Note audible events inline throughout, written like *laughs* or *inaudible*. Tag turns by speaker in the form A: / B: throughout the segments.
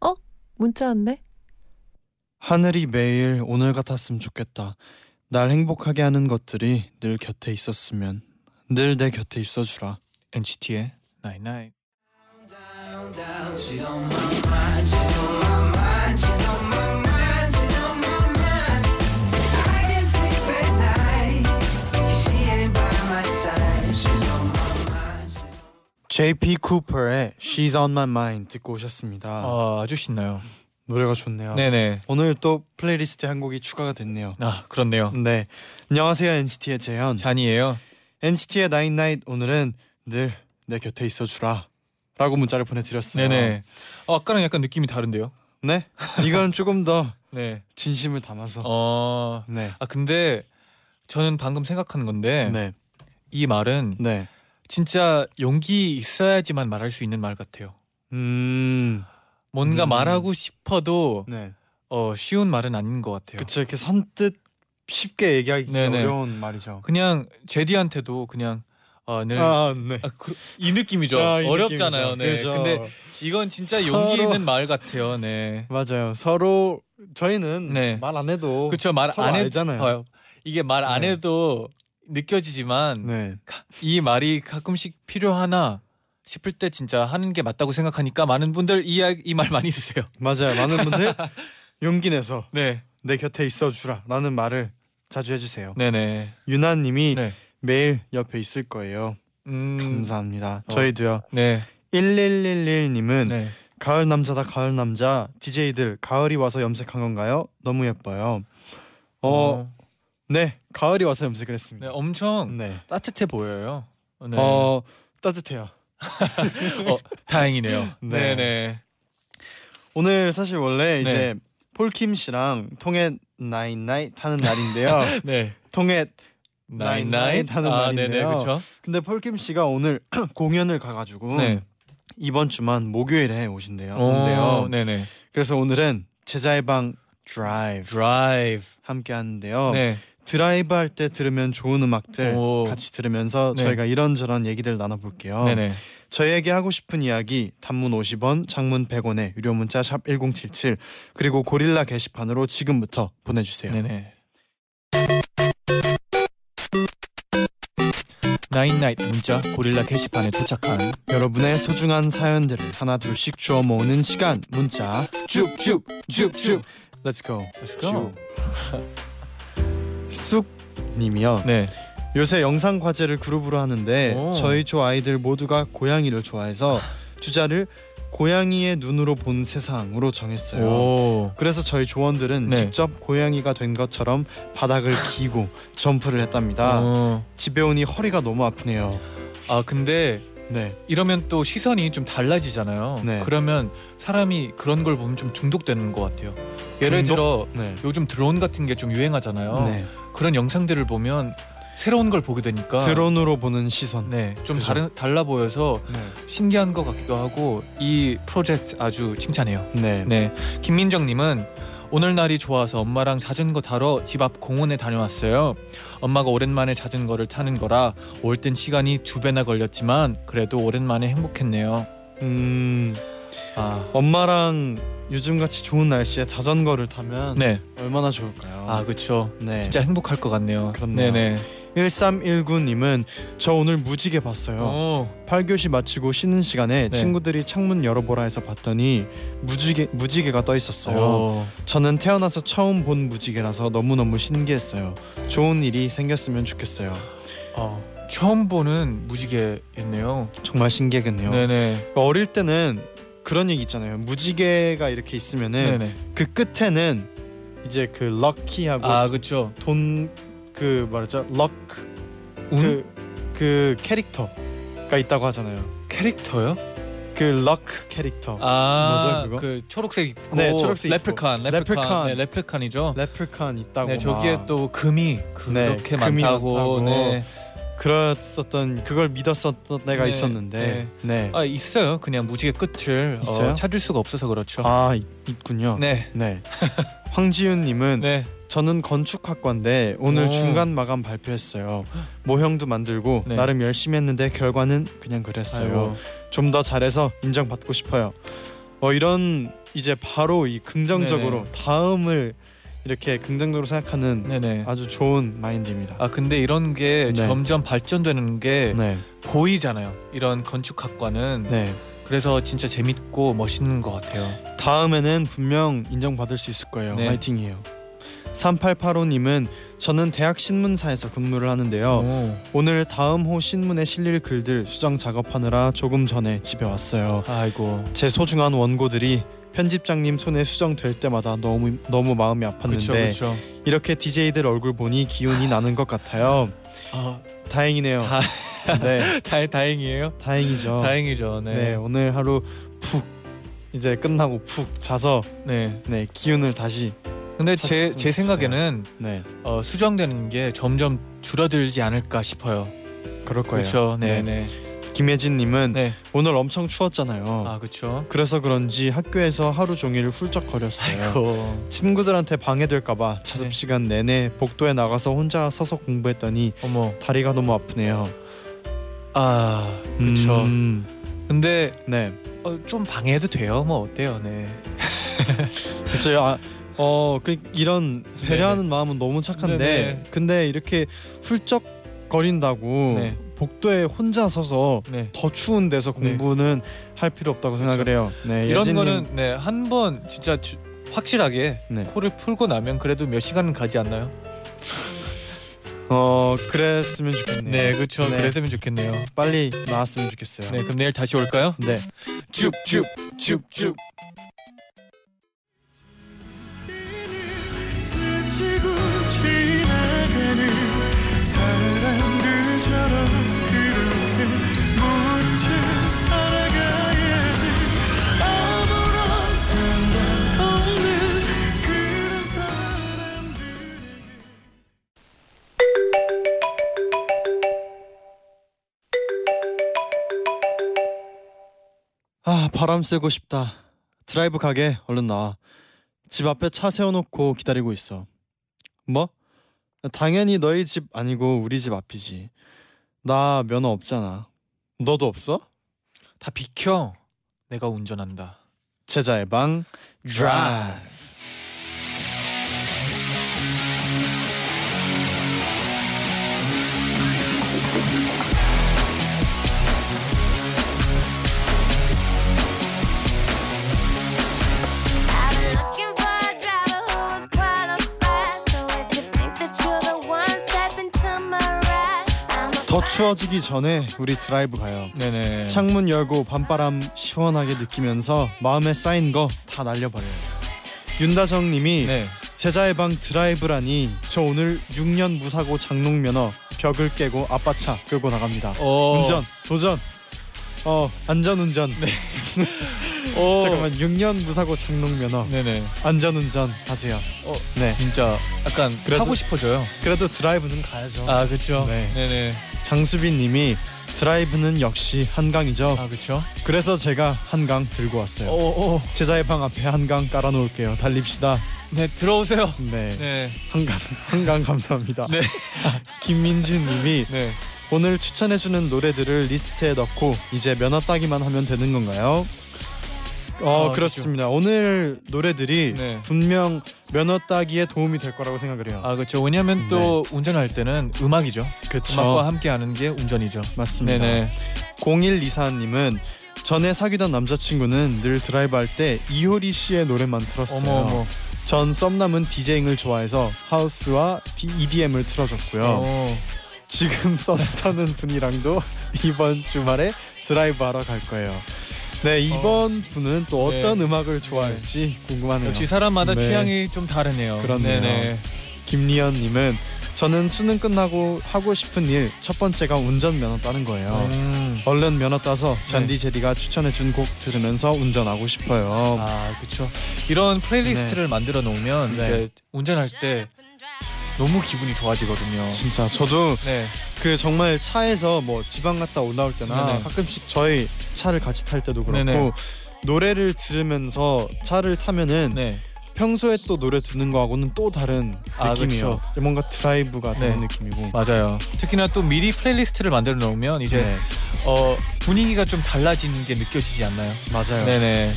A: 어? 문자 왔네?
B: 하늘이 매일 오늘 같았으면 좋겠다. 날 행복하게 하는 것들이 늘 곁에 있었으면 늘 내 곁에 있어주라.
C: NCT의 Night Night.
B: JP 쿠퍼의 She's on my mind 듣고 오셨습니다.
C: 아, 아주 신나요.
B: 노래가 좋네요.
C: 네네.
B: 오늘 또 플레이리스트에 한 곡이 추가가 됐네요.
C: 아 그렇네요.
B: 네. 안녕하세요 NCT의 재현.
C: 잔이에요.
B: NCT의 나인나잇 오늘은 늘 내 곁에 있어주라. 라고 문자를 보내드렸어요.
C: 네네. 어, 아까랑 약간 느낌이 다른데요.
B: 네. 이건 조금 더
C: 네.
B: 진심을 담아서.
C: 어.
B: 네.
C: 아 근데 저는 방금 생각한 건데
B: 네.
C: 이 말은
B: 네.
C: 진짜 용기 있어야지만 말할 수 있는 말 같아요.
B: 음.
C: 뭔가
B: 음.
C: 말하고 싶어도
B: 네.
C: 어, 쉬운 말은 아닌 것 같아요.
B: 그쵸 이렇게 선뜻 쉽게 얘기하기
C: 네네.
B: 어려운 말이죠.
C: 그냥 제디한테도 그냥 어, 늘
B: 아 네.
C: 아, 그, 이 느낌이죠.
B: 아, 이
C: 어렵잖아요.
B: 느낌이죠.
C: 네.
B: 그죠.
C: 근데 이건 진짜 용기
B: 서로-
C: 있는 말 같아요. 네.
B: 맞아요. 서로 저희는
C: 네.
B: 말 안 해도
C: 그렇죠. 말
B: 뭐 서로
C: 안 해도
B: 알잖아요.
C: 봐요. 이게 말 안
B: 네.
C: 해도 느껴지지만
B: 네.
C: 이 말이 가끔씩 필요하나 싶을 때 진짜 하는 게 맞다고 생각하니까 많은 분들 이이말 많이
B: *laughs*
C: 드세요.
B: 맞아요. 많은 분들 용기 내서
C: 네.
B: 내 곁에 있어 주라라는 말을 자주 해 주세요.
C: 네, 네.
B: 유나 님이
C: 네.
B: 매일 옆에 있을 거예요.
C: 음.
B: 감사합니다.
C: 어.
B: 저희도요.
C: 네.
B: 1111 님은
C: 네.
B: 가을 남자다 가을 남자 DJ들 가을이 와서 염색한 건가요? 너무 예뻐요. 어,
C: 어.
B: 네. 가을이 와서 염색을
C: 네,
B: 했습니다.
C: 엄청
B: 네.
C: 따뜻해 보여요. 네.
B: 어 따뜻해요.
C: 어, 다행이네요.
B: *laughs* 네.
C: 네, 네.
B: 오늘 사실 원래
C: 네.
B: 이제 폴킴 씨랑 통해 나인나잇 하는
C: *laughs*
B: 날인데요.
C: 네.
B: 통해
C: 나인
B: 나인
C: 나인
B: 하는
C: 아, 네, 네.
B: 날인데요.
C: 그렇죠.
B: 근데 폴킴 씨가 오늘 *clears throat* 공연을 가가지고
C: 네.
B: 이번 주만 목요일에 오신대요.
C: 오,
B: 온대요.
C: 네, 네.
B: 그래서 오늘은 제자의 방 드라이브
C: 드라이브.
B: 함께 하는데요.
C: 네.
B: 드라이브 할 때 들으면 좋은 음악들
C: 오.
B: 같이 들으면서
C: 네.
B: 저희가 이런저런 얘기들 나눠볼게요.
C: 네, 네.
B: 저희에게 하고 싶은 이야기 단문 50원, 장문 100원에 유료 문자 샵 #1077 그리고 고릴라 게시판으로 지금부터 보내주세요.
C: 네네. 나인나잇 문자 고릴라 게시판에 도착한
B: 여러분의 소중한 사연들을 하나 둘씩 주워 모으는 시간 문자 쭉쭉 쭉쭉 Let's go.
C: Let's go.
B: 쑥 님이요.
C: 네.
B: 요새 영상 과제를 그룹으로 하는데
C: 오.
B: 저희 조 아이들 모두가 고양이를 좋아해서 주자를 고양이의 눈으로 본 세상으로 정했어요.
C: 오.
B: 그래서 저희 조원들은
C: 네.
B: 직접 고양이가 된 것처럼 바닥을 기고 점프를 했답니다.
C: 어.
B: 집에 오니 허리가 너무 아프네요.
C: 아 근데
B: 네,
C: 이러면 또 시선이 좀 달라지잖아요.
B: 네.
C: 그러면 사람이 그런 걸 보면 좀 중독되는 것 같아요. 예를
B: 중독?
C: 들어
B: 네,
C: 요즘 드론 같은 게 좀 유행하잖아요.
B: 네.
C: 그런 영상들을 보면 새로운 걸 보게 되니까
B: 드론으로 보는 시선.
C: 네, 좀
B: 그죠.
C: 다른 달라 보여서
B: 네,
C: 신기한 것 같기도 하고 이 프로젝트 아주 칭찬해요.
B: 네.
C: 네, 김민정님은 오늘 날이 좋아서 엄마랑 자전거 타러 집 앞 공원에 다녀왔어요. 엄마가 오랜만에 자전거를 타는 거라 올 땐 시간이 두 배나 걸렸지만 그래도 오랜만에 행복했네요.
B: 음,
C: 아,
B: 엄마랑 요즘 같이 좋은 날씨에 자전거를 타면
C: 네,
B: 얼마나 좋을까요?
C: 아 그렇죠.
B: 네.
C: 진짜 행복할 것 같네요.
B: 그렇네요.
C: 네네.
B: 1319님은 저 오늘 무지개 봤어요.
C: 오,
B: 8교시 마치고 쉬는 시간에
C: 네.
B: 친구들이 창문 열어보라 해서 봤더니 무지개 무지개가 떠 있었어요.
C: 오,
B: 저는 태어나서 처음 본 무지개라서 너무너무 신기했어요. 좋은 일이 생겼으면 좋겠어요.
C: 어, 처음 보는 무지개였네요.
B: 정말 신기하겠네요. 그러니까
C: 네네.
B: 어릴 때는 그런 얘기 있잖아요. 무지개가 이렇게 있으면은
C: 네네.
B: 그 끝에는 이제 그 럭키하고
C: 아 그렇죠.
B: 돈 그 말하자 럭그
C: 운
B: 그 캐릭터가 있다고 하잖아요.
C: 캐릭터요?
B: 그 그럭 캐릭터
C: 아,
B: 뭐죠, 그거?
C: 그 초록색 입고
B: 네, 초록색 입고.
C: 레프칸, 레프칸,
B: 레프칸.
C: 네, 레프칸이죠.
B: 레프칸 있다고
C: 네, 저기에
B: 막
C: 또 금이
B: 네,
C: 그렇게
B: 금이
C: 많다고.
B: 많다고.
C: 네.
B: 그랬었던 그걸 믿었었던 애가
C: 네,
B: 있었는데 네아
C: 아, 있어요. 그냥 무지개 끝을 어,
B: 있어요? 아,
C: 찾을 수가 없어서 그렇죠.
B: 있군요
C: 네.
B: 네. *laughs* 황지윤님은
C: 네.
B: 저는 건축학과인데 오늘
C: 오.
B: 중간
C: *gasps*
B: 마감 발표했어요. 모형도 만들고
C: 네.
B: 나름 열심히 했는데 결과는 그냥 그랬어요.
C: 아이고.
B: 좀 더 잘해서 인정받고 싶어요. 어 이런 이제 바로 이 긍정적으로 다음을 이렇게 긍정적으로 생각하는
C: 네, 네.
B: 아주 좋은 마인드입니다.
C: 아, 근데 이런 게
B: 네.
C: 점점 발전되는 게
B: 네,
C: 보이잖아요. 이런 건축학과는
B: 네.
C: 그래서 진짜 재밌고 멋있는 것 같아요.
B: 다음에는 분명 인정받을 수 있을 거예요.
C: 네.
B: 파이팅이에요. 3885님은 저는 대학 신문사에서 근무를 하는데요.
C: 오.
B: 오늘 다음 호 신문에 실릴 글들 수정 작업하느라 조금 전에 집에 왔어요.
C: 아이고.
B: 제 소중한 원고들이 편집장님 손에 수정될 때마다 너무 너무 마음이
C: 그렇죠,
B: 아팠는데
C: 그렇죠.
B: 이렇게 DJ들 얼굴 보니 기운이 나는 것 같아요.
C: 아, *laughs*
B: 다행이네요.
C: 다-
B: 네,
C: 다, 다행이에요. *laughs*
B: 다행이죠.
C: 다행이죠.
B: 네.
C: 네.
B: 오늘 하루 푹 이제 끝나고 푹 자서
C: 네.
B: 네 기운을 다시
C: 근데 제 제
B: 찾았으면
C: 생각에는
B: 네
C: 어, 수정되는 게 점점 줄어들지 않을까 싶어요.
B: 그럴 거예요. 음.
C: 그렇죠. 네, 네.
B: 김혜진님은
C: 네.
B: 오늘 엄청 추웠잖아요.
C: 아, 그렇죠.
B: 그래서 그런지 학교에서 하루 종일 훌쩍거렸어요.
C: 아이고.
B: 친구들한테 방해될까봐 자습
C: 네.
B: 시간 내내 복도에 나가서 혼자 서서 공부했더니
C: 어머.
B: 다리가 너무 아프네요.
C: 아, 그렇죠.
B: 음,
C: 근데
B: 네.
C: 어, 좀 방해해도 돼요. 뭐 어때요? 네.
B: 그렇죠. 아, 어, 그 이런 배려하는 마음은 너무 착한데,
C: 네, 네네.
B: 근데 이렇게 훌쩍 거린다고
C: 네.
B: 복도에 혼자 서서
C: 네.
B: 더 추운 데서 공부는 할 필요 없다고 생각을 해요. 네,
C: 이런
B: 예진님,
C: 거는 네, 한 번 진짜 주, 확실하게
B: 네.
C: 코를 풀고 나면 그래도 몇 시간은 가지 않나요?
B: 어 그랬으면 좋겠네요.
C: 네, 그렇죠.
B: 네.
C: 그랬으면 좋겠네요.
B: 빨리 나왔으면 좋겠어요.
C: 네, 그럼 내일 다시 올까요?
B: 네.
C: 쭉쭉 쭉쭉.
D: 스치고 지나가는 사람들처럼 그렇게 모른 채 살아가야지 아무런 상관 없는 그런 사람들
B: 아 바람 쐬고 싶다 드라이브 가게 얼른 나와 집 앞에 차 세워놓고 기다리고 있어 뭐? 당연히 너희 집 아니고 우리 집 앞이지 나 면허 없잖아 너도 없어?
C: 다 비켜. 내가 운전한다.
B: 제자의 방 아, 드라이브
E: I've been looking for a driver who is qualified. So if you think that you're the one, step into my ride. I'm a
B: 더 추워지기 전에 우리 드라이브 가요
C: 네네.
B: 창문 열고 밤바람 시원하게 느끼면서 마음에 쌓인 거 다 날려버려요 윤다정님이
C: 네.
B: 제자의 방 드라이브라니 저 오늘 6년 무사고 장롱 면허 벽을 깨고 아빠 차 끌고 나갑니다.
C: 어.
B: 운전 도전 어 안전 운전
C: 네, 어.
B: 잠깐만 6년 무사고 장롱 면허
C: 네네.
B: 안전 운전 하세요.
C: 어,
B: 네
C: 진짜 약간
B: 그래도-
C: 하고 싶어져요.
B: 그래도 드라이브는 가야죠.
C: 아, 그렇죠.
B: 네.
C: 네네.
B: 장수빈님이 드라이브는 역시 한강이죠.
C: 아, 그렇죠.
B: 그래서 제가 한강 들고
C: 네.
B: 왔어요.
C: 오, 오.
B: 제자의 방 앞에 한강 깔아놓을게요. 달립시다.
C: 네, 들어오세요.
B: 네,
C: 네.
B: 한강 한강 감사합니다.
C: 네.
B: *laughs* 김민주님이
C: 네.
B: 오늘 추천해주는 노래들을 리스트에 넣고 이제 면허 따기만 하면 되는 건가요?
C: 아,
B: 어 그렇습니다. 오늘 노래들이
C: 네.
B: 분명 면허 따기에 도움이 될 거라고 생각을 해요.
C: 아, 그렇죠. 왜냐면 또 운전할 때는 음악이죠.
B: 그쵸.
C: 음악과 함께 하는 게 운전이죠.
B: 맞습니다.
C: 네네.
B: 0124님은 전에 사귀던 남자친구는 늘 드라이브 할 때 이효리 씨의 노래만 들었어요.
C: 어머 어머.
B: 전 썸남은 디제잉을 좋아해서 하우스와 EDM을 틀어줬고요.
C: 어.
B: 지금 *laughs* 썸 타는 분이랑도 이번 주말에 드라이브 하러 갈 거예요. 네 이번 분은 또 어떤
C: 네.
B: 음악을 좋아할지 궁금하네요.
C: 역시 사람마다
B: 네.
C: 취향이 좀 다르네요.
B: 그렇네요.
C: 네네.
B: 김리현님은 저는 수능 끝나고 하고 싶은 일 첫 번째가 운전면허 따는 거예요.
C: 음.
B: 얼른 면허 따서
C: 네.
B: 잔디 제디가 추천해준 곡 들으면서 운전하고 싶어요.
C: 아 그쵸 이런 플레이리스트를 만들어 놓으면
B: 네.
C: 이제 운전할 때 너무 기분이 좋아지거든요
B: 진짜 저도
C: 네
B: 그 정말 차에서 뭐 지방 갔다 올라올 때나
C: 네네.
B: 가끔씩 저희 차를 같이 탈 때도 그렇고
C: 네네.
B: 노래를 들으면서 차를 타면은
C: 네.
B: 평소에 또 노래 듣는 거하고는 또 다른
C: 아,
B: 느낌이에요. 뭔가 드라이브가 되는
C: 네.
B: 느낌이고.
C: 맞아요 특히나 또 미리 플레이리스트를 만들어 놓으면 이제
B: 네,
C: 어, 분위기가 좀 달라지는 게 느껴지지 않나요?
B: 맞아요.
C: 네네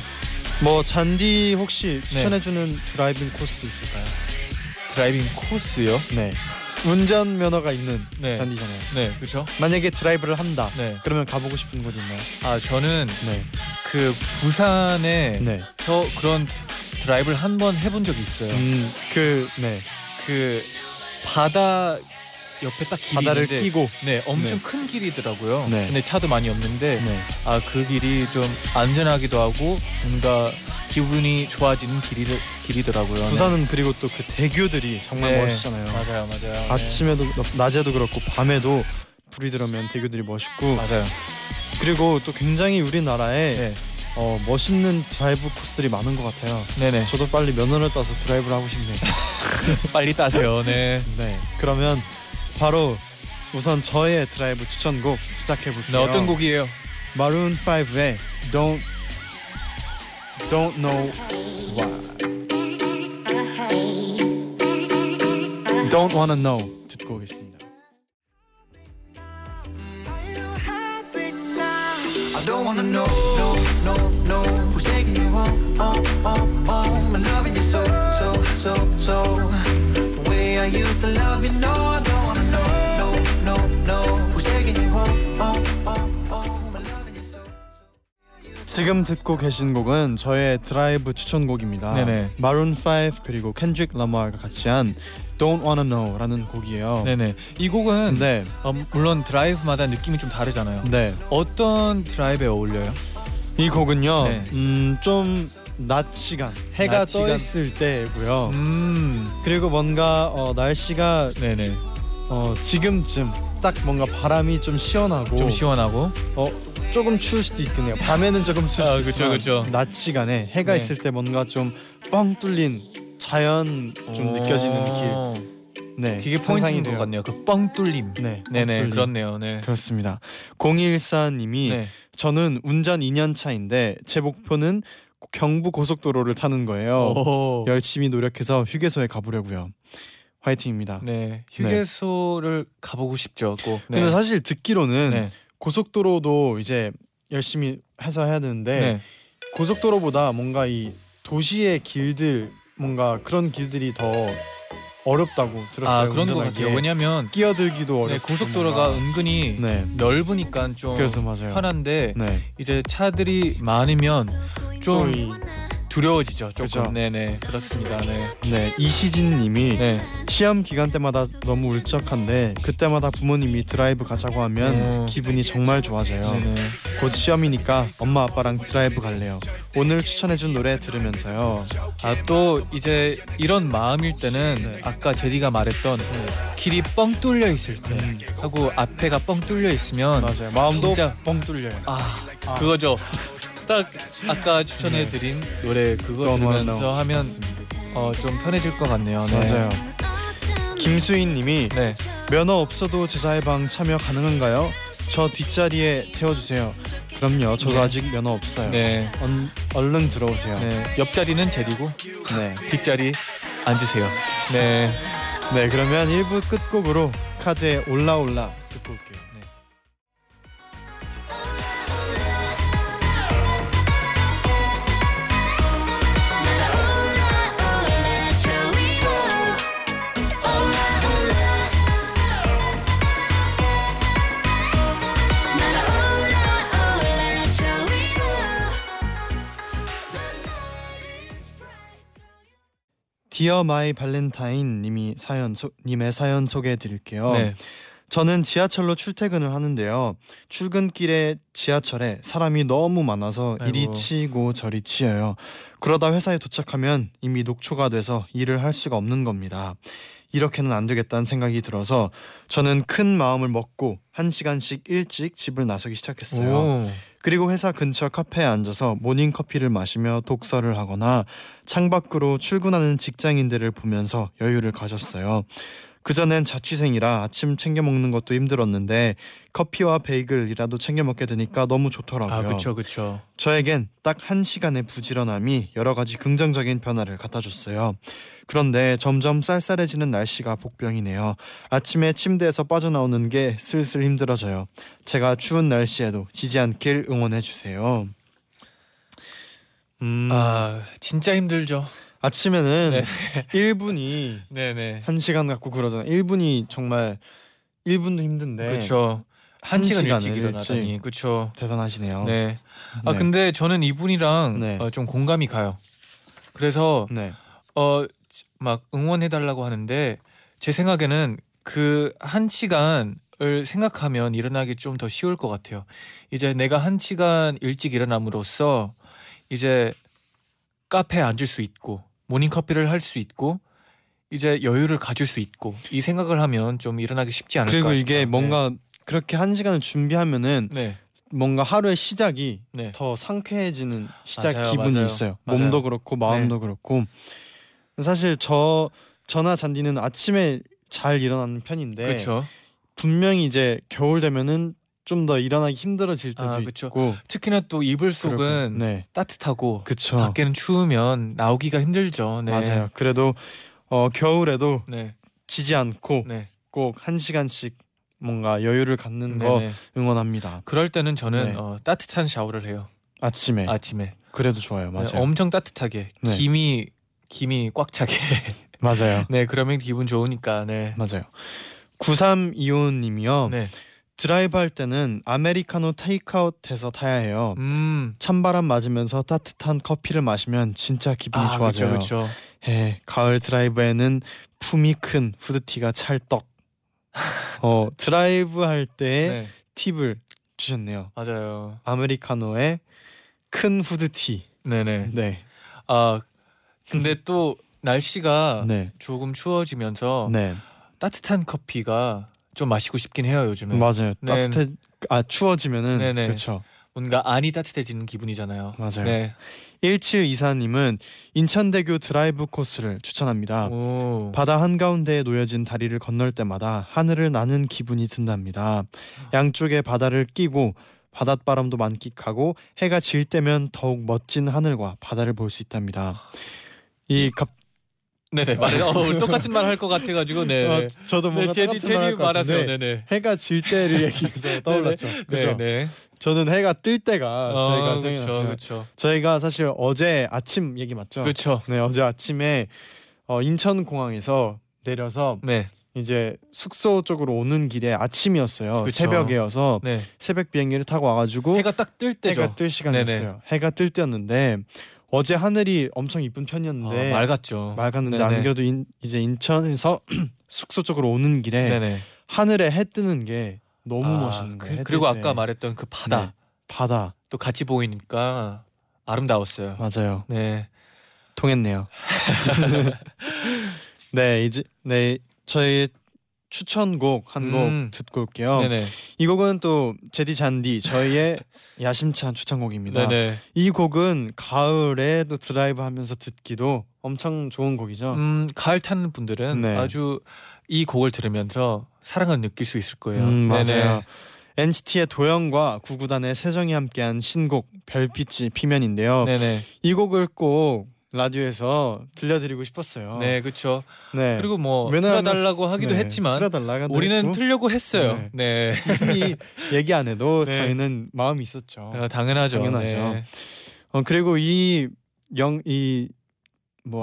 B: 뭐 잔디 혹시 추천해주는 드라이빙 코스 있을까요?
C: 드라이빙 코스요?
B: 네. 운전 면허가 있는
C: 네.
B: 잔디잖아요.
C: 네 그쵸?
B: 만약에 드라이브를 한다.
C: 네.
B: 그러면 가보고 싶은 곳이 있나요?
C: 아 저는
B: 네.
C: 그 부산에
B: 네.
C: 저 그런 드라이브를 한 번 해본 적이 있어요
B: 음, 그 네.
C: 그 바다 옆에 딱 길이
B: 바다를
C: 있는데
B: 끼고
C: 네 엄청
B: 네.
C: 큰 길이더라고요
B: 네.
C: 근데 차도 많이 없는데
B: 네.
C: 아 그 길이 좀 안전하기도 하고 뭔가 기분이 좋아지는 길이 길이더라고요 네.
B: 부산은 그리고 또 그 대교들이 정말
C: 네.
B: 멋있잖아요. 네.
C: 맞아요 맞아요
B: 아침에도 낮에도 그렇고 밤에도 불이 들어오면 대교들이 멋있고
C: 네. 맞아요
B: 그리고 또 굉장히 우리나라에
C: 네
B: 어, 멋있는 드라이브 코스들이 많은 것 같아요.
C: 네네
B: 저도 빨리 면허를 따서 드라이브를 하고 싶네요.
C: 빨리 따세요 네
B: 네. 그러면 바로 우선 저의 드라이브 추천곡 시작해
C: 네,
B: 볼게요.
C: 어떤 곡이에요?
B: 마룬 5의 Don't Don't Know Why Don't Wanna Know 듣고 오겠습니다.
D: I don't wanna know, no, no, no. Who's taking you home, oh, oh, oh? I'm loving you so, so, so, so. The way I used to love you, no, I don't wanna know, no, no, no. Who's taking you home, oh, oh, oh? I'm loving you so.
B: 지금 듣고 계신 곡은 저의 드라이브 추천곡입니다.
C: 네네.
B: 마룬 5 그리고 켄드릭 라마가 같이 한 Don't Wanna Know라는 곡이에요.
C: 네네 이 곡은
B: 네.
C: 어, 물론 드라이브마다 느낌이 좀 다르잖아요
B: 네.
C: 어떤 드라이브에 어울려요?
B: 이 곡은요.
C: 네.
B: 음, 좀낮 시간 해가
C: 낮
B: 떠
C: 시간.
B: 있을 때고요.
C: 음
B: 그리고 뭔가 어, 날씨가
C: 네네
B: 어, 지금쯤 딱 뭔가 바람이 좀 시원하고
C: 좀 시원하고
B: 어, 조금 추울 수도 있겠네요. 밤에는 조금 추울
C: 아,
B: 수도
C: 그쵸,
B: 있지만
C: 그쵸.
B: 낮 시간에 해가
C: 네.
B: 있을 때 뭔가 좀 뻥 뚫린 자연 좀
C: 오.
B: 느껴지는 길. 네.
C: 그게
B: 상상이
C: 포인트인
B: 돼요.
C: 것 같네요 그 뻥 뚫림
B: 네.
C: 네네
B: 뻥 뚫림.
C: 그렇네요 네.
B: 그렇습니다. 014님이
C: 네.
B: 저는 운전 2년 차인데 제 목표는 경부 고속도로를 타는 거예요.
C: 오.
B: 어, 열심히 노력해서 휴게소에 가보려고요. 화이팅입니다.
C: 네 휴게소를 가보고 싶죠 꼭 네.
B: 근데 사실 듣기로는
C: 네.
B: 고속도로도 이제 열심히 해서 해야 되는데
C: 네.
B: 고속도로보다 뭔가 이 도시의 길들 뭔가 그런 길들이 더 어렵다고 들었어요.
C: 아 그런 것
B: 운전하기에.
C: 같아요 왜냐면
B: 끼어들기도
C: 네,
B: 어렵고
C: 고속도로가
B: 뭔가.
C: 은근히
B: 네
C: 넓으니까 좀
B: 그래서 맞아요.
C: 편한데
B: 네
C: 이제 차들이 많으면
B: 또
C: 좀
B: 이-
C: 두려워지죠 조금
B: 그죠.
C: 네네 그렇습니다 네.
B: 네 이시진님이
C: 네.
B: 시험 기간 때마다 너무 울적한데 그때마다 부모님이 드라이브 가자고 하면
C: 음.
B: 기분이 정말 좋아져요.
C: 네네.
B: 곧 시험이니까 엄마 아빠랑 드라이브 갈래요. 오늘 추천해준 노래 들으면서요.
C: 아또 이제 이런 마음일 때는 아까 제디가 말했던 길이 뻥 뚫려 있을 때 하고 앞에가 뻥 뚫려 있으면
B: 음. 맞아요. 마음도
C: 진짜
B: 뻥 뚫려요.
C: 아, 그거죠. 딱 아까 추천해드린
B: 네.
C: 노래 그거
B: Don't wanna
C: 들으면서
B: know.
C: 하면 어, 좀 편해질 것 같네요. 네.
B: 맞아요. 김수인님이
C: 네.
B: 면허 없어도 제자의 방 참여 가능한가요? 저 뒷자리에 태워주세요. 그럼요. 저도
C: 네.
B: 아직 면허 없어요.
C: 네.
B: 얼, 얼른 들어오세요. 네.
C: 네. 옆자리는 제디고
B: 네.
C: 뒷자리 앉으세요. 네.
B: 그러면 1부 끝곡으로 카드의 올라올라 듣고 올게요. 네. 디어 마이 발렌타인 님이 사연 소, 님의 사연 소개해 드릴게요.
C: 네.
B: 저는 지하철로 출퇴근을 하는데요. 출근길에 지하철에 사람이 너무 많아서 이리
C: 아이고.
B: 치이고 저리 치여요. 그러다 회사에 도착하면 이미 녹초가 돼서 일을 할 수가 없는 겁니다. 이렇게는 안 되겠다는 생각이 들어서 저는 큰 마음을 먹고 한 시간씩 일찍 집을 나서기 시작했어요.
C: 오.
B: 그리고 회사 근처 카페에 앉아서 모닝 커피를 마시며 독서를 하거나 창밖으로 출근하는 직장인들을 보면서 여유를 가졌어요. 그전엔 자취생이라 아침 챙겨 먹는 것도 힘들었는데 커피와 베이글이라도 챙겨 먹게 되니까 너무 좋더라고요.
C: 아 그쵸 그쵸.
B: 저에겐 딱 한 시간의 부지런함이 여러 가지 긍정적인 변화를 갖다 줬어요. 그런데 점점 쌀쌀해지는 날씨가 복병이네요. 아침에 침대에서 빠져나오는 게 슬슬 힘들어져요. 제가 추운 날씨에도 지지 않길 응원해 주세요. 음, 아... 네.
C: 아 진짜 힘들죠.
B: 침에는 *laughs* 1분이
C: 네네.
B: 1시간 갖고 그러잖아요. 1분이 정말 1분도 힘든데
C: 그쵸. 네. 한
B: 한
C: 시간
B: 시간을
C: 일찍 일어나다니.
B: 일찍.
C: 그쵸.
B: 대단하시네요.
C: 네. 아
B: 네.
C: 근데 저는 이분이랑
B: 네.
C: 어, 좀 공감이 가요. 그래서
B: 네.
C: 어 막 응원해달라고 하는데 제 생각에는 그 한 시간을 생각하면 일어나기 좀 더 쉬울 것 같아요. 이제 내가 한 시간 일찍 일어남으로써 이제 카페에 앉을 수 있고 모닝 커피를 할 수 있고 이제 여유를 가질 수 있고 이 생각을 하면 좀 일어나기 쉽지 않을까.
B: 그리고 이게
C: 싶어요.
B: 뭔가 그렇게 한 시간을 준비하면은
C: 네.
B: 뭔가 하루의 시작이
C: 네.
B: 더 상쾌해지는 시작
C: 맞아요,
B: 기분이
C: 맞아요.
B: 있어요.
C: 맞아요. 네.
B: 몸도 그렇고 마음도 그렇고 사실 저 저나 잔디는 아침에 잘 일어나는 편인데
C: 네. 그렇죠.
B: 분명히 이제 겨울 되면은 좀 더 일어나기 힘들어질 때도
C: 아, 그쵸.
B: 있고
C: 특히나 또 이불 속은
B: 그렇고. 네
C: 따뜻하고
B: 그쵸
C: 밖에는 추우면 나오기가 힘들죠. 네.
B: 맞아요. 그래도 어, 겨울에도
C: 네.
B: 지지 않고
C: 네.
B: 꼭 한 시간씩 뭔가 여유를 갖는
C: 네,
B: 거
C: 네.
B: 응원합니다.
C: 그럴 때는 저는
B: 네.
C: 어, 따뜻한 샤워를 해요.
B: 아침에
C: 아침에.
B: 그래도 좋아요.
C: 네,
B: 맞아요.
C: 엄청 따뜻하게
B: 네.
C: 김이 김이 꽉 차게. *laughs*
B: 맞아요.
C: 네, 그러면 기분 좋으니까. 네.
B: 맞아요. 9325님이요.
C: 네.
B: 드라이브 할 때는 아메리카노 테이크아웃해서 타야 해요.
C: 음.
B: 찬바람 맞으면서 따뜻한 커피를 마시면 진짜 기분이
C: 아, 그렇죠.
B: 좋아져요.
C: 그렇죠.
B: 예, 가을 드라이브에는 품이 큰 후드티가 찰떡. 어, 드라이브 할 때
C: 네.
B: 팁을 주셨네요.
C: 맞아요.
B: 아메리카노에 큰 후드티.
C: 네, 네.
B: 네.
C: 아,
B: *laughs*
C: 근데 또 날씨가
B: 네.
C: 조금 추워지면서
B: 네.
C: 따뜻한 커피가 좀 마시고 싶긴 해요, 요즘에.
B: 맞아요.
C: 네.
B: 따뜻해 아 추워지면은
C: 네, 네.
B: 그렇죠.
C: 뭔가 안이 따뜻해지는 기분이잖아요.
B: 맞아요.
C: 네.
B: 1724님은 인천대교 드라이브 코스를 추천합니다.
C: 오.
B: 아. 바다 한가운데에 놓여진 다리를 건널 때마다 하늘을 나는 기분이 든답니다. 양쪽에 바다를 끼고 바닷바람도 만끽하고 해가 질 때면 더욱 멋진 하늘과 바다를 볼 수 있답니다.
C: 네.
B: 이 갑,
C: 네네 말해.
B: *laughs*
C: 어, 똑같은 말 할 것 같아가지고 네.
B: 어,
C: 네,
B: 저도
C: 네
B: 뭔가
C: 제디
B: 똑같은 말할
C: 제디
B: 것
C: 말하세요.
B: 같은데
C: 네네. 네,
B: 해가 질 때를
C: *laughs*
B: 얘기해서 떠올랐죠. 그죠?
C: 네네. 아,
B: 저는 해가 뜰 때가 아, 저희가 생각났어요.
C: 그렇죠.
B: 저희가 사실 어제 아침 얘기 맞죠?
C: 그렇죠.
B: 네 어제 아침에 어, 인천 공항에서 내려서
C: 네.
B: 이제 숙소 쪽으로 오는 길에 아침이었어요.
C: 그쵸.
B: 새벽이어서
C: 네.
B: 새벽 비행기를 타고 와가지고
C: 해가 딱 뜰 때죠.
B: 해가 뜰 시간이었어요.
C: 네네.
B: 해가 뜰 때였는데 어제 하늘이 엄청 이쁜 편이었는데
C: 아, 맑았죠.
B: 맑았는데
C: 네네.
B: 안 그래도 인, 이제 인천에서 *clears throat* 숙소 쪽으로 오는 길에
C: 네네.
B: 하늘에 해 뜨는 게 너무
C: 아,
B: 멋있는 거예요. 해
C: 그, 그리고
B: 뜰 때.
C: 아까 말했던 그 바다
B: 네, 바다
C: 또 같이 보이니까 아름다웠어요.
B: 맞아요.
C: 네.
B: 통했네요. *laughs* 네 이제 네 저희 추천곡 한 곡
C: 음.
B: 듣고 올게요.
C: 네네.
B: 이 곡은 또 제디 잔디
C: *laughs*
B: 저희의 야심찬 추천곡입니다.
C: 네네.
B: 이 곡은 가을에 또 드라이브 하면서 듣기도 엄청 좋은 곡이죠.
C: 음 가을 타는 분들은
B: 어. 네.
C: 아주 이 곡을 들으면서 사랑을 느낄 수 있을 거예요.
B: 음, 맞아요.
C: 네네.
B: NCT의 도영과 구구단의 세정이 함께한 신곡 별빛이 피면인데요.
C: 네네.
B: 이 곡을 꼭 라디오에서 들려드리고 싶었어요.
C: 네, 그렇죠.
B: 네.
C: 그리고 뭐
B: 왜냐하면-
C: 틀어달라고 하기도
B: 네,
C: 했지만
B: 틀어달라고
C: 우리는
B: 했고
C: 틀려고 했어요. *laughs* 네,
B: 이미 얘기 안 해도
C: 네.
B: 저희는 마음이 있었죠.
C: 아, *laughs* 당연하죠.
B: 어. 당연하죠.
C: 네.
B: 어 그리고 이영이뭐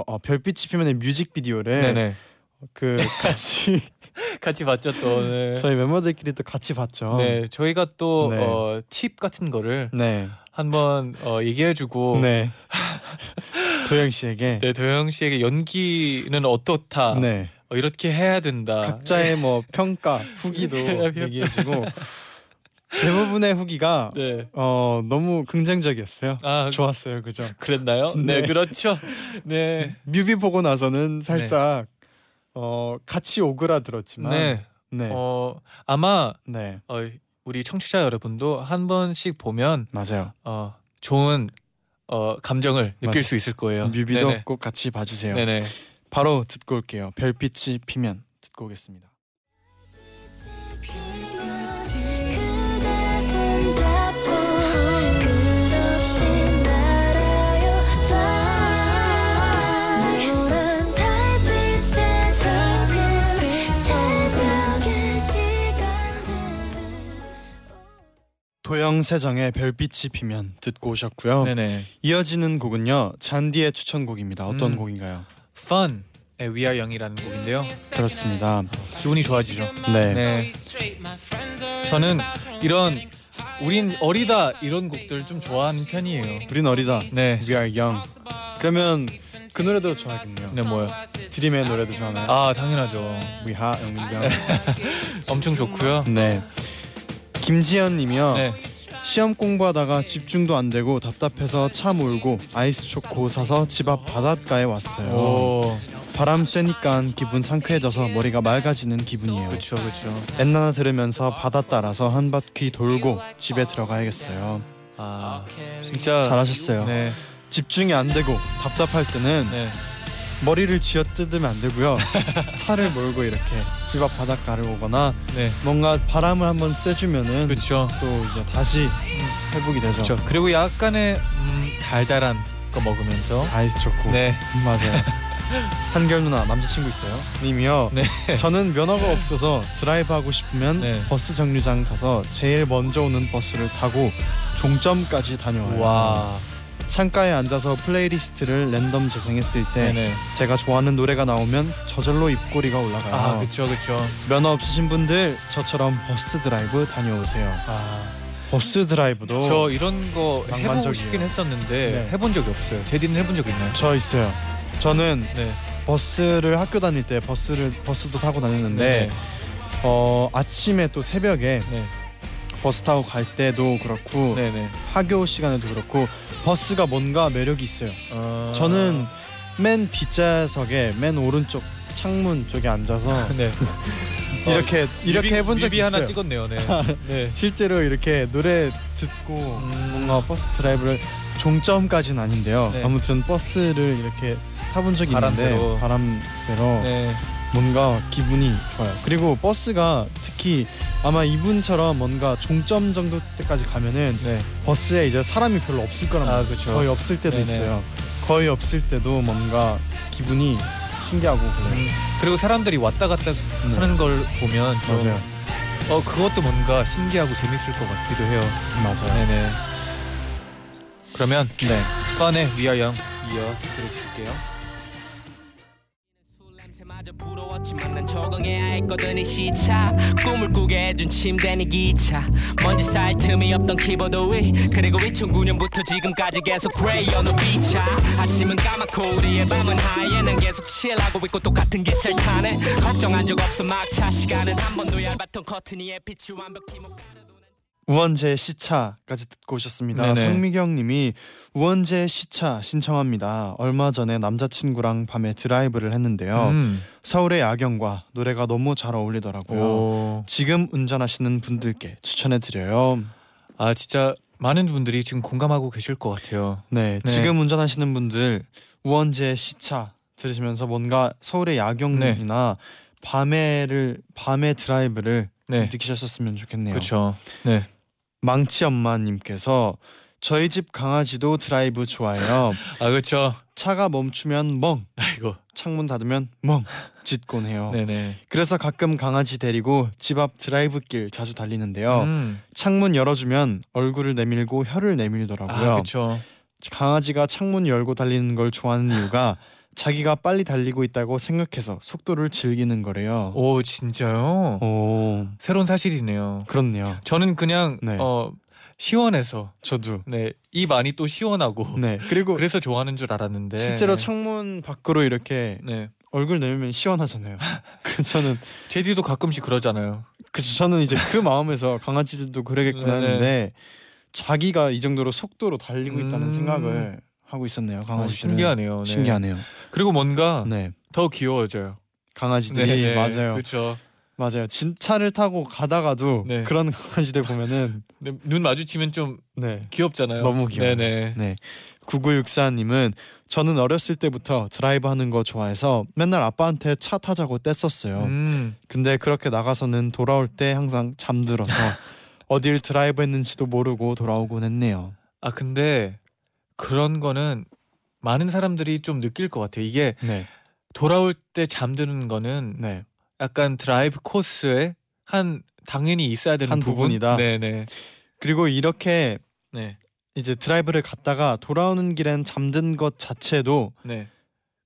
B: 어, 별빛이 피면의 뮤직비디오를
C: 네. 네
B: 그 같이
C: 같이 봤죠 또. *laughs* 네.
B: 저희 멤버들끼리 또 같이 봤죠.
C: 네, 저희가 또
B: 아. 네.
C: 어, 팁 같은 거를
B: 네.
C: 한번 어, 얘기해주고 네. *laughs*
B: 네. 도영 씨에게
C: 도영 씨에게 연기는 어떻다
B: 네.
C: 어, 이렇게 해야 된다.
B: 각자의 뭐 평가, 후기도
C: 네.
B: 얘기해 주고 대부분의 후기가
C: 네,
B: 어 너무 긍정적이었어요.
C: 아
B: 좋았어요. 그죠?
C: 그랬나요? 네,
B: 네.
C: 그렇죠. 네,
B: 뮤비 보고 나서는 살짝 어 같이 오그라들었지만 네.
C: 네.
B: 네.
C: 어 아마
B: 네.
C: 어, 우리 청취자 여러분도 한 번씩 보면
B: 맞아요.
C: 어, 좋은 어, 감정을 느낄
B: 맞아요.
C: 수 있을 거예요.
B: 뮤비도
C: 네네.
B: 꼭 같이 봐주세요.
C: 네네.
B: 바로 듣고 올게요. 별빛이 피면 듣고 오겠습니다.
E: 그대 손잡고 끝없이 날아요 fly 노란 달빛에 젖은 새벽의 시간들을
B: 도영 세정의 별빛이 피면 듣고 오셨고요.
C: 네네.
B: 이어지는 곡은요 잔디의 추천곡입니다. 어떤
C: 음.
B: 곡인가요?
C: Fun의 We Are Young이라는 곡인데요.
B: 그렇습니다.
C: 기분이 좋아지죠.
B: 네.
C: 네. 저는 이런 우린 어리다 이런 곡들 좀 좋아하는 편이에요.
B: 우린 어리다.
C: 네.
B: We are young. 그러면 그 노래도 좋아하겠네요.
C: 네 뭐요?
B: 드림의 노래도 좋아하나요?
C: 아 당연하죠.
B: We are young.
C: 엄청 좋고요.
B: 네. 김지연님이요.
C: 네.
B: 시험 공부하다가 집중도 안 되고 답답해서 차 몰고 아이스 초코 사서 집 앞 바닷가에 왔어요.
C: 오.
B: 바람 쐬니까 기분 상쾌해져서 머리가 맑아지는 기분이에요.
C: 그렇죠 그렇죠.
B: 엔나나 들으면서 바다 따라서 한 바퀴 돌고 집에 들어가야겠어요.
C: 아 진짜
B: 잘하셨어요.
C: 네.
B: 집중이 안 되고 답답할 때는
C: 네.
B: 머리를 쥐어뜯으면 안
C: *laughs*
B: 되고요. 차를 몰고 이렇게 집 앞 바닷가를 오거나
C: 네.
B: 뭔가 바람을 한번 쐬주면은
C: 그렇죠.
B: 또 이제 다시 회복이 되죠.
C: 그렇죠. 그리고 약간의 음, 달달한 거 먹으면서
B: 아이스 초코.
C: 네.
B: 음,
C: *laughs*
B: 맞아요. 한결 누나 남자친구 있어요? 님이요. *laughs*
C: 네.
B: 저는 면허가 없어서 드라이브 하고 싶으면
C: 네.
B: 버스 정류장 가서 제일 먼저 오는 버스를 타고 종점까지 다녀와요.
C: 와.
B: 창가에 앉아서 플레이리스트를 랜덤 재생했을 때
C: 네네.
B: 제가 좋아하는 노래가 나오면 저절로 입꼬리가 올라가요.
C: 아 그렇죠 그렇죠.
B: 면허 없으신 분들 저처럼 버스 드라이브 다녀오세요.
C: 아.
B: 버스 드라이브도
C: 저 이런 거 해보고
B: 낭만적이에요.
C: 싶긴 했었는데
B: 네.
C: 해본 적이 없어요. 제디는 해본 적 있나요?
B: 저 있어요. 저는
C: 네.
B: 버스를 학교 다닐 때 버스를 버스도 타고 다녔는데
C: 네.
B: 어 아침에 또 새벽에
C: 네.
B: 버스 타고 갈 때도 그렇고
C: 네네.
B: 학교 시간에도 그렇고 버스가 뭔가 매력이 있어요.
C: 어...
B: 저는 맨 뒷좌석에 맨 오른쪽 창문 쪽에 앉아서
C: *laughs* 네.
B: 이렇게 이렇게
C: 뮤비-
B: 해본 적이
C: 뮤비
B: 있어요.
C: 하나 찍었네요.
B: *laughs*
C: 네. 네.
B: 실제로 이렇게 노래 듣고
C: 음.
B: 뭔가 버스 드라이브를 종점까지는 아닌데요.
C: 네.
B: 아무튼 버스를 이렇게 타본 적이
C: 바람새로.
B: 있는데 바람 쐬러
C: 네.
B: 뭔가 기분이 좋아요. 그리고 버스가 특히 아마 이분처럼 뭔가 종점 정도 때까지 가면은
C: 네.
B: 버스에 이제 사람이 별로 없을 거란
C: 아,
B: 말이에요.
C: 그쵸.
B: 거의 없을 때도
C: 네네.
B: 있어요. 거의 없을 때도 뭔가 기분이 신기하고 그래요. 네.
C: 음, 그리고 사람들이 왔다 갔다 하는 걸 보면 좀
B: 맞아요.
C: 어, 그것도 뭔가 신기하고 재밌을 것 같기도 해요.
B: 맞아요.
C: 네네. 그러면
B: 네.
C: 펀의 위아영 이어 들어줄게요.
F: 술냄새마저 부러웠지만 난 적응해야 했거든 이 시차 꿈을 꾸게 해준 침대니 기차 먼지 쌓일 틈이 없던 키보드 위 그리고 2009년부터 지금까지 계속 그레이 어느 비차 아침은 까맣고 우리의 밤은 하얘 난 계속 칠하고 있고 똑같은 기차를 타네 걱정한 적 없어 막차 시간은 한 번도 얇았던 커튼 위에 빛이 완벽히 못 가려도 난
B: 우원재 시차까지 듣고 오셨습니다.
C: 네네.
B: 성미경님이 우원재 시차 신청합니다. 얼마 전에 남자친구랑 밤에 드라이브를 했는데요.
C: 음.
B: 서울의 야경과 노래가 너무 잘 어울리더라고요.
C: 오.
B: 지금 운전하시는 분들께 추천해 드려요.
C: 아 진짜 많은 분들이 지금 공감하고 계실 것 같아요.
B: 네,
C: 네.
B: 지금 운전하시는 분들 우원재 시차 들으시면서 뭔가 서울의 야경이나 밤에를 밤의 드라이브를
C: 네.
B: 느끼셨었으면 좋겠네요.
C: 그렇죠.
B: 망치 엄마님께서 저희 집 강아지도 드라이브 좋아해요.
C: 아 그렇죠.
B: 차가 멈추면 멍,
C: 아이고.
B: 창문 닫으면 멍 짓곤 해요.
C: 네네.
B: 그래서 가끔 강아지 데리고 집 앞 드라이브길 자주 달리는데요.
C: 음.
B: 창문 열어주면 얼굴을 내밀고 혀를 내밀더라고요.
C: 아 그렇죠.
B: 강아지가 창문 열고 달리는 걸 좋아하는 *laughs* 이유가 자기가 빨리 달리고 있다고 생각해서 속도를 즐기는 거래요.
C: 오
B: 어.
C: 진짜요?
B: 오,
C: 새로운 사실이네요.
B: 그렇네요.
C: 저는 그냥
B: 네.
C: 어 시원해서
B: 저도.
C: 네 입 안이 또 시원하고
B: 네. 그리고
C: *laughs* 그래서 좋아하는 줄 알았는데
B: 실제로
C: 네.
B: 창문 밖으로 이렇게
C: 네
B: 얼굴 내밀면 *laughs* 시원하잖아요. 그 저는
C: 제디도 가끔씩 그러잖아요.
B: 그 저는 이제 그 마음에서 강아지들도 그러겠구나
C: 네네.
B: 했는데 자기가 이 정도로 속도로 달리고 있다는
C: 음.
B: 생각을 하고 있었네요.
C: 어,
B: 강아지들은
C: 신기하네요. 네.
B: 신기하네요.
C: 그리고 뭔가
B: 네.
C: 더 귀여워져요. 네,
B: 강아지들이 맞아요.
C: 그렇죠.
B: 맞아요. 진 차를 타고 가다가도
C: 네.
B: 그런 *laughs* 강아지들 보면은
C: 근데 네, 눈 마주치면 좀
B: 네.
C: 귀엽잖아요.
B: 너무 귀여워요.
C: 네네.
B: 네. 9964님은 저는 어렸을 때부터 드라이브 하는 거 좋아해서 맨날 아빠한테 차 타자고 뗐었어요.
C: 음.
B: 근데 그렇게 나가서는 돌아올 때 항상 *laughs* 잠들어서 어딜 드라이브 했는지도 모르고 돌아오곤 했네요.
C: 아 근데 그런 거는 많은 사람들이 좀 느낄 것 같아요. 이게
B: 네.
C: 돌아올 때 잠드는 거는
B: 네.
C: 약간 드라이브 코스에 한 당연히 있어야 되는
B: 한
C: 부분?
B: 부분이다.
C: 네네.
B: 그리고 이렇게
C: 네.
B: 이제 드라이브를 갔다가 돌아오는 길엔 잠든 것 자체도
C: 네.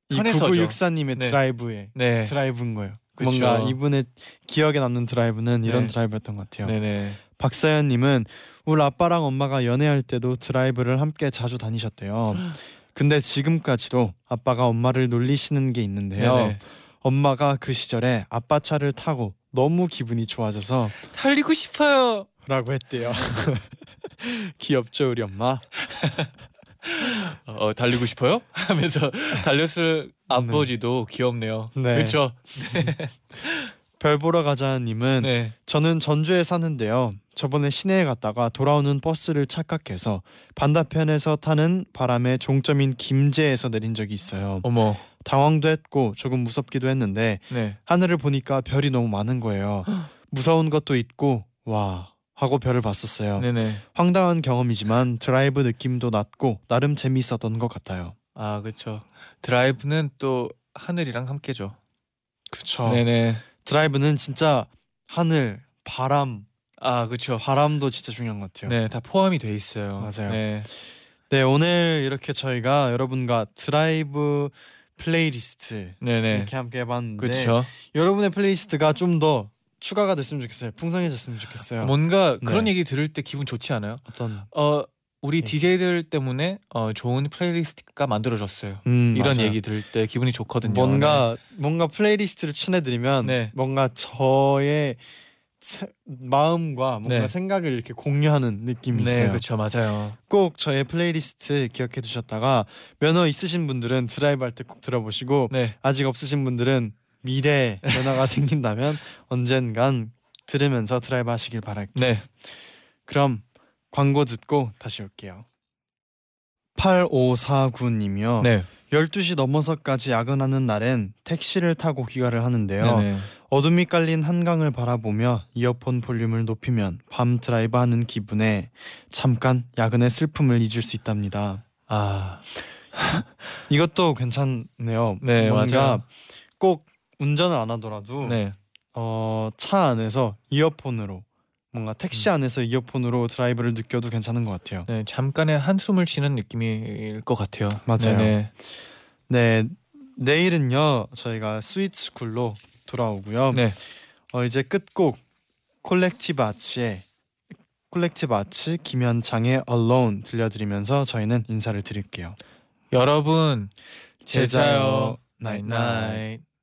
B: 이
C: 편해서죠.
B: 9964님의
C: 네.
B: 드라이브에
C: 네.
B: 드라이브인 거예요.
C: 그쵸.
B: 뭔가 이분의 기억에 남는 드라이브는 이런
C: 네.
B: 드라이브였던 것 같아요.
C: 네네.
B: 박사연님은 우리 아빠랑 엄마가 연애할 때도 드라이브를 함께 자주 다니셨대요. 근데 지금까지도 아빠가 엄마를 놀리시는 게 있는데요.
C: 네네.
B: 엄마가 그 시절에 아빠 차를 타고 너무 기분이 좋아져서
C: 달리고 싶어요.
B: 라고 했대요. *laughs* 귀엽죠 우리 엄마.
C: 어, 달리고 싶어요? *laughs* 하면서 달렸을 아버지도 음. 귀엽네요.
B: 네.
C: 그렇죠.
B: 별 보러 가자님은
C: 네.
B: 저는 전주에 사는데요. 저번에 시내에 갔다가 돌아오는 버스를 착각해서 반대편에서 타는 바람에 종점인 김제에서 내린 적이 있어요.
C: 어머.
B: 당황도 했고 조금 무섭기도 했는데
C: 네.
B: 하늘을 보니까 별이 너무 많은 거예요. 무서운 것도 있고 와 하고 별을 봤었어요.
C: 네네.
B: 황당한 경험이지만 드라이브 느낌도 났고 나름 재미있었던 것 같아요.
C: 아 그렇죠. 드라이브는 또 하늘이랑 함께죠.
B: 그쵸.
C: 네네.
B: 드라이브는 진짜 하늘, 바람,
C: 아 그렇죠.
B: 바람도 진짜 중요한 것 같아요. 네.
C: 네, 다 포함이 돼 있어요.
B: 맞아요.
C: 네.
B: 오늘 이렇게 저희가 여러분과 드라이브 플레이리스트
C: 네네.
B: 이렇게 함께 해봤는데
C: 그렇죠.
B: 여러분의 플레이리스트가 좀 더 추가가 됐으면 좋겠어요. 풍성해졌으면 좋겠어요.
C: 뭔가 그런
B: 네.
C: 얘기 들을 때 기분 좋지 않아요?
B: 어떤
C: 어 우리
B: 네.
C: DJ들 때문에 어, 좋은 플레이리스트가 만들어졌어요.
B: 음,
C: 이런
B: 맞아요.
C: 얘기 들을 때 기분이 좋거든요.
B: 뭔가 뭔가 플레이리스트를 추천해드리면
C: 네.
B: 뭔가 저의 세- 마음과 뭔가
C: 네.
B: 생각을 이렇게 공유하는 느낌이
C: 네, 네
B: 있어요.
C: 그렇죠, 맞아요.
B: 꼭 저의 플레이리스트 기억해 두셨다가 면허 있으신 분들은 드라이브 할 때 꼭 들어보시고
C: 네,
B: 아직 없으신 분들은 미래 에 면허가 *laughs* 생긴다면 언젠간 들으면서 드라이브 하시길 바랄게요.
C: 네,
B: 그럼 광고 듣고 다시 올게요. 8549님이요.
C: 네,
B: 12시 넘어서까지 야근하는 날엔 택시를 타고 귀가를 하는데요.
C: 네네.
B: 어둠이 깔린 한강을 바라보며 이어폰 볼륨을 높이면 밤 드라이브 하는 기분에 잠깐 야근의 슬픔을 잊을 수 있답니다.
C: 아,
B: 이것도 괜찮네요.
C: 네,
B: 뭔가
C: 맞아요.
B: 꼭 운전을 안 하더라도
C: 네,
B: 어, 차 안에서 이어폰으로 뭔가
C: 음.
B: 택시 안에서 이어폰으로 드라이브를 느껴도 괜찮은 것 같아요.
C: 네, 잠깐의 한숨을 쉬는 느낌일 것 같아요.
B: 맞아요.
C: 네네.
B: 네 내일은요 저희가 스위트스쿨로 돌아오고요.
C: 네.
B: 어, 이제 끝곡 콜렉티브 아치의 콜렉티브 아치 김현창의 Alone 들려드리면서 저희는 인사를 드릴게요.
C: 여러분 제자요
B: 나잇나잇.
C: 나잇나잇.